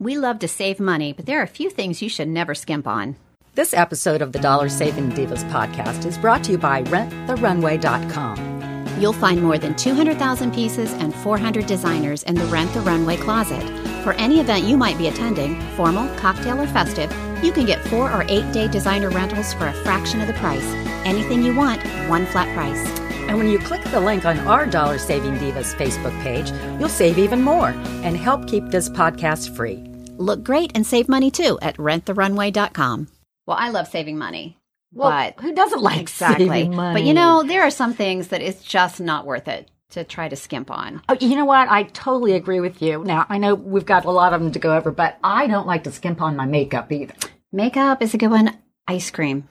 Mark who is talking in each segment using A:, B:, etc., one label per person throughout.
A: We love to save money, but there are a few things you should never skimp on.
B: This episode of the Dollar Saving Divas podcast is brought to you by renttherunway.com.
A: You'll find more than 200,000 pieces and 400 designers in the Rent the Runway closet. For any event you might be attending, formal, cocktail, or festive, you can get four or eight day designer rentals for a fraction of the price. Anything you want, one flat price.
B: And when you click the link on our Dollar Saving Divas Facebook page, you'll save even more and help keep this podcast free.
A: Look great and save money too at renttherunway.com. Well, I love saving money.
B: Well,
A: but
B: who doesn't like
A: exactly.
B: saving money?
A: But you know, there are some things that it's just not worth it to try to skimp on.
B: Oh, you know what? I totally agree with you. Now, I know we've got a lot of them to go over, but I don't like to skimp on my makeup either.
A: Makeup is a good one. Ice cream.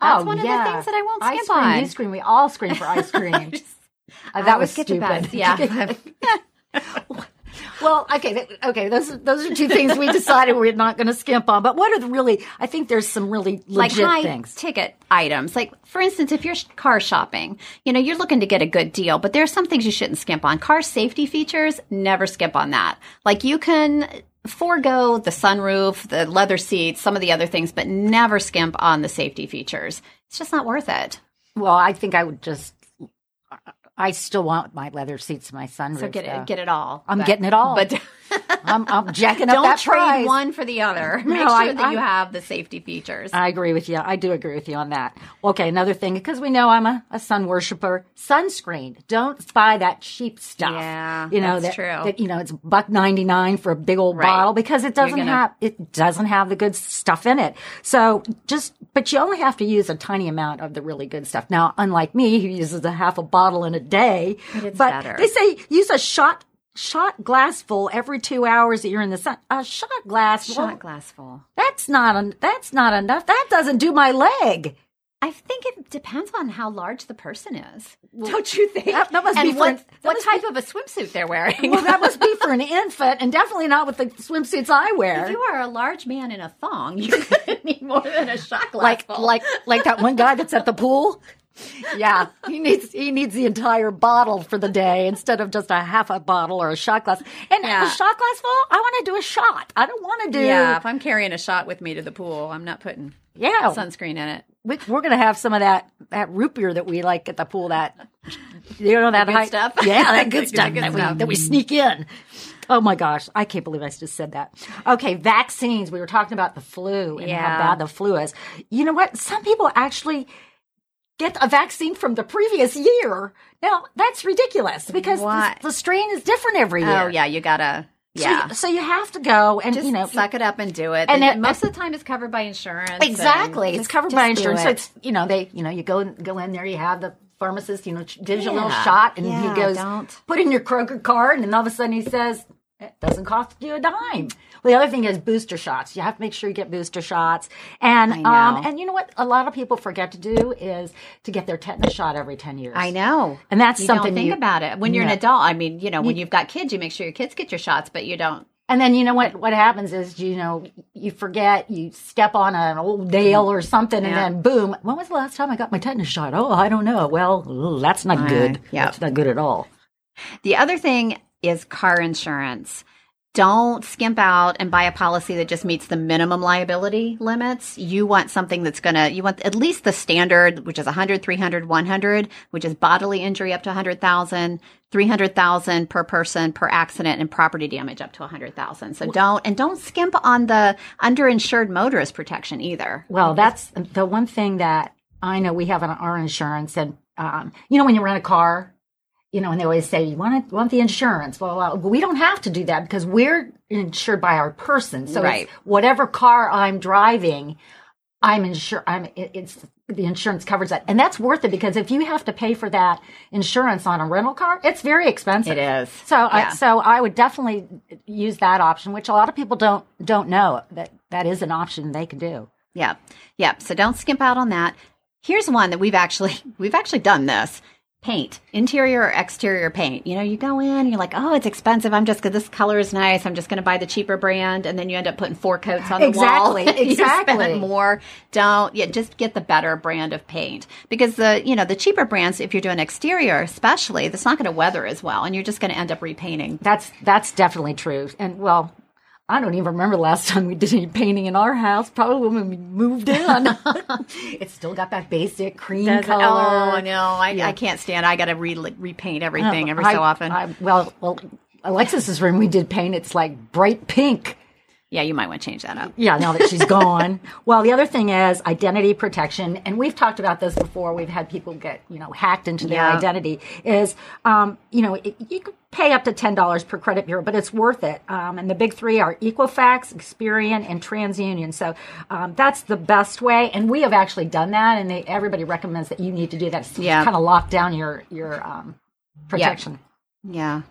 A: That's
B: Oh,
A: one of
B: yeah.
A: the things that I won't
B: ice
A: skimp
B: cream,
A: on.
B: You scream. We all scream for ice cream. Uh, that
A: I
B: was
A: always get the
B: stupid.
A: best, yeah.
B: well, okay, th- okay. Those those are two things we decided we're not going to skimp on. But what are the really? I think there's some really
A: like
B: legit
A: high
B: things.
A: ticket items. Like for instance, if you're sh- car shopping, you know you're looking to get a good deal, but there are some things you shouldn't skimp on. Car safety features, never skimp on that. Like you can forego the sunroof, the leather seats, some of the other things, but never skimp on the safety features. It's just not worth it.
B: well, I think I would just. I still want my leather seats, my sunroof.
A: So get
B: though.
A: it, get it all.
B: I'm getting it all.
A: but
B: I'm, I'm jacking up
A: don't
B: that
A: trade
B: price.
A: one for the other. Make
B: No,
A: sure
B: I-
A: that you
B: I- Uh,
A: have the safety features.
B: I agree with you. I do agree with you on that. Okay, another thing, because we know I'm a, a sun worshiper, sunscreen. Don't buy that cheap stuff.
A: Yeah,
B: you know
A: that's
B: that,
A: true.
B: that, you know it's buck ninety nine for a big old
A: Right.
B: bottle because it doesn't
A: gonna-
B: have it doesn't have the good stuff in it. So just, but you only have to use a tiny amount of the really good stuff. Now, unlike me, who uses a half a bottle in a day,
A: is
B: but
A: better.
B: they say use a shot. Shot glass full every two hours that you're in the sun. A shot glass.
A: Shot
B: well,
A: glass full.
B: that's not en- that's not enough. That doesn't do my leg.
A: I think it depends on how large the person is. Don't you think?
B: that- that must
A: and
B: be
A: what,
B: for- that
A: what
B: must
A: type of a swimsuit they're wearing.
B: Well, that must be for an infant, and definitely not with the swimsuits I wear.
A: if you are a large man in a thong, you could need more than a shot glass.
B: like
A: full.
B: like like that one guy that's at the pool. Yeah, he needs he needs the entire bottle for the day instead of just a half a bottle or a shot glass. And
A: Yeah.
B: a shot glass full, I want to do a shot. I don't want to do.
A: yeah, if I'm carrying a shot with me to the pool, I'm not putting
B: yeah.
A: sunscreen in it.
B: we, we're gonna have some of that that root beer that we like at the pool. That you know that
A: good
B: high,
A: stuff?
B: Yeah, that good
A: The
B: stuff
A: good
B: that we
A: stuff.
B: that we sneak in. Oh my gosh, I can't believe I just said that. Okay, vaccines. We were talking about the flu and
A: Yeah.
B: how bad the flu is. You know what? Some people actually get a vaccine from the previous year. Now that's ridiculous because the,
A: What?
B: the strain is different every year.
A: Oh yeah, you gotta
B: So,
A: yeah.
B: so you have to go and
A: just
B: you know
A: suck it up and do it.
B: And
A: And
B: it-
A: most of the time, it's covered by insurance. and
B: Exactly, it's
A: just-
B: covered
A: just
B: by
A: do
B: insurance. So
A: it.
B: it's you know they you know you go in- go in there, you have the pharmacist, you know, ch- gives you a little
A: Yeah.
B: shot, and
A: Yeah,
B: he goes,
A: don't.
B: put in your Kroger card, and then all of a sudden he says, it doesn't cost you a dime. Well, the other thing is booster shots. You have to make sure you get booster shots, and um
A: know.
B: and you know what? A lot of people forget to do is to get their tetanus shot every ten years.
A: I know.
B: And that's
A: you
B: something
A: don't think
B: you-
A: about it. When you're an
B: No.
A: adult, I mean, you know, when you've got kids, you make sure your kids get your shots, but you don't
B: And then you know what? What happens is you know you forget, you step on an old nail or something, and
A: Yeah.
B: then boom. When was the last time I got my tetanus shot? Oh, I don't know. Well, ooh, that's not good.
A: yeah.
B: that's not good at all.
A: The other thing is car insurance. Don't skimp out and buy a policy that just meets the minimum liability limits. You want something that's going to, you want at least the standard, which is 100, 300, 100, which is bodily injury up to 100,000, 300,000 per person per accident, and property damage up to 100,000. So don't, and don't skimp on the underinsured motorist protection either.
B: Well, that's the one thing that I know we have on our insurance, and um, you know when you rent a car, you know, and they always say you want to, want the insurance. Well, well, we don't have to do that because we're insured by our person. So it's
A: Right.
B: whatever car I'm driving, I'm insure. I'm it- it's the insurance covers that, and that's worth it because if you have to pay for that insurance on a rental car, it's very expensive.
A: It is.
B: So
A: Yeah.
B: I, so I would definitely use that option, which a lot of people don't don't know that that is an option they can do.
A: Yeah. Yeah. So don't skimp out on that. Here's one that we've actually we've actually done this. Paint, interior or exterior paint. You know, you go in, you're like, oh, it's expensive. I'm just gonna this color is nice. I'm just gonna buy the cheaper brand, and then you end up putting four coats on the wall.
B: Exactly,
A: You spend
B: exactly.
A: more. Don't. Yeah, just get the better brand of paint because the you know the cheaper brands, if you're doing exterior, especially, that's not gonna weather as well, and you're just gonna end up repainting.
B: That's that's definitely true. And well, I don't even remember the last time we did any painting in our house. Probably when we moved in. it's still got that basic cream color.
A: Oh no, I, I can't stand. I gotta re- repaint everything every so
B: Oh, I-
A: often.
B: I- well, well, Alexis's room we did paint. It's like bright pink.
A: yeah, you might want to change that up.
B: Yeah, now that she's gone. well, the other thing is identity protection, and we've talked about this before. We've had people get you know hacked into their
A: Yeah.
B: identity. Is um, you know it, you could pay up to ten dollars per credit bureau, but it's worth it. Um, and the big three are Equifax, Experian, and TransUnion. So um, that's the best way. And we have actually done that, and they, everybody recommends that you need to do that. It's
A: Yeah.
B: kind of lock down your your um, protection.
A: Yeah.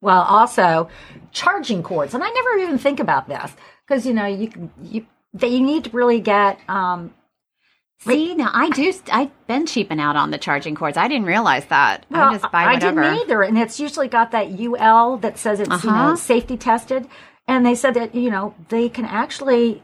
B: Well, also charging cords, and I never even think about this because you know you can- you that you need to really get. Um,
A: See, now I do. I've been cheaping out on the charging cords. I didn't realize that.
B: well,
A: I just buy whatever.
B: didn't either, and it's usually got that UL that says it's you know
A: Uh-huh.
B: safety tested, and they said that you know they can actually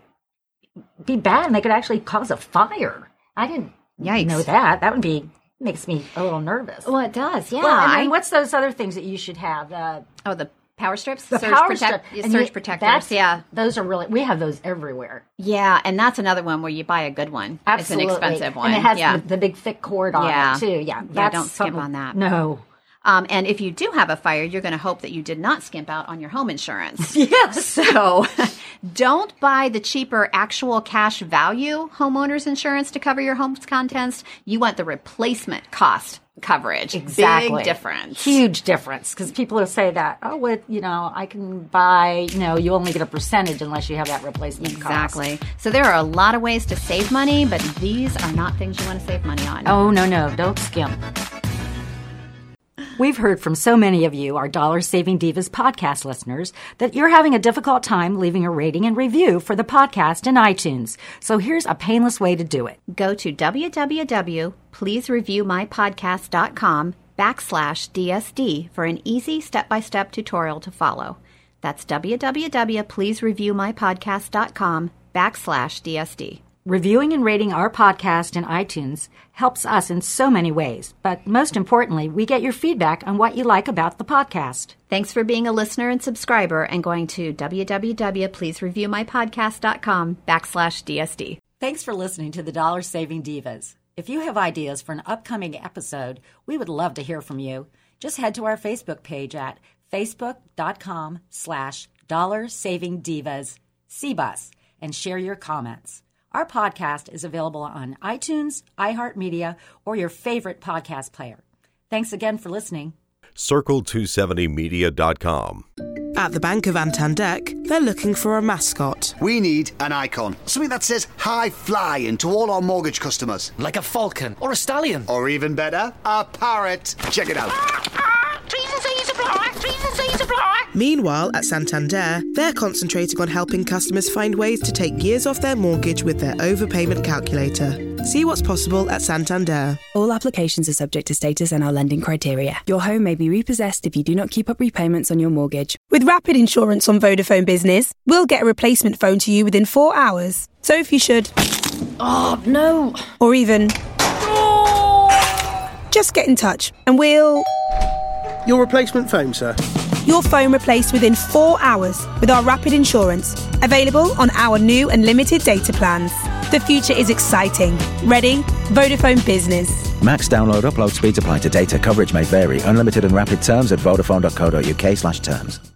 B: be bad and they could actually cause a fire. I didn't
A: Yikes.
B: know that. That would be makes me a little nervous.
A: Well, it does. Yeah.
B: Well, and then
A: I-
B: what's those other things that you should have? Uh,
A: oh, the power strips,
B: the
A: surge,
B: power
A: protect-
B: strip.
A: yeah,
B: And
A: surge
B: you-
A: protectors.
B: that's-
A: Yeah.
B: those are really we have those everywhere.
A: Yeah, and that's another one where you buy a good one.
B: Absolutely.
A: It's an expensive one.
B: And it has
A: yeah.
B: the, the big thick cord on
A: Yeah.
B: it too. Yeah. That's
A: don't skimp
B: something-
A: on that.
B: No.
A: Um, and if you do have a fire, you're going to hope that you did not skimp out on your home insurance. Yes. So don't buy the cheaper actual cash value homeowners insurance to cover your home's contents. You want the replacement cost coverage.
B: Exactly.
A: Big difference.
B: Huge difference. Because people will say that, oh, with, you know, I can buy, you know, you only get a percentage unless you have that replacement cost.
A: Exactly. So there are a lot of ways to save money, but these are not things you want to save money on.
B: Oh, no, no. Don't skim. We've heard from so many of you, our Dollar Saving Divas podcast listeners, that you're having a difficult time leaving a rating and review for the podcast in iTunes. So here's a painless way to do it.
A: Go to www.pleasereviewmypodcast.com backslash DSD for an easy step-by-step tutorial to follow. That's www.pleasereviewmypodcast.com backslash DSD.
B: Reviewing and rating our podcast in iTunes helps us in so many ways, but most importantly, we get your feedback on what you like about the podcast.
A: Thanks for being a listener and subscriber and going to www.pleasereviewmypodcast.com backslash DSD.
B: Thanks for listening to the Dollar Saving Divas. If you have ideas for an upcoming episode, we would love to hear from you. Just head to our Facebook page at facebook.com slash dollar saving divas CBUS and share your comments. Our podcast is available on iTunes, iHeartMedia, or your favorite podcast player. Thanks again for listening.
C: Circle270media.com.
D: At the Bank of Antandek, they're looking for a mascot.
E: We need an icon. Something that says high flying to all our mortgage customers.
F: Like a falcon or a stallion.
E: Or even better, a parrot. Check it out.
G: Trees and seas of black. Trees and seas of black.
D: Meanwhile, at Santander, they're concentrating on helping customers find ways to take years off their mortgage with their overpayment calculator. See what's possible at Santander.
H: All applications are subject to status and our lending criteria. Your home may be repossessed if you do not keep up repayments on your mortgage.
I: With Rapid Insurance on Vodafone Business, we'll get a replacement phone to you within four hours. So if you should,
J: Oh, no.
I: or even, just get in touch and we'll.
K: Your replacement phone, sir.
I: Your phone replaced within four hours with our Rapid Insurance, available on our new and limited data plans. The future is exciting. Ready? Vodafone Business.
L: Max download upload speeds apply to data. Coverage may vary. Unlimited and rapid terms at vodafone.co.uk slash terms.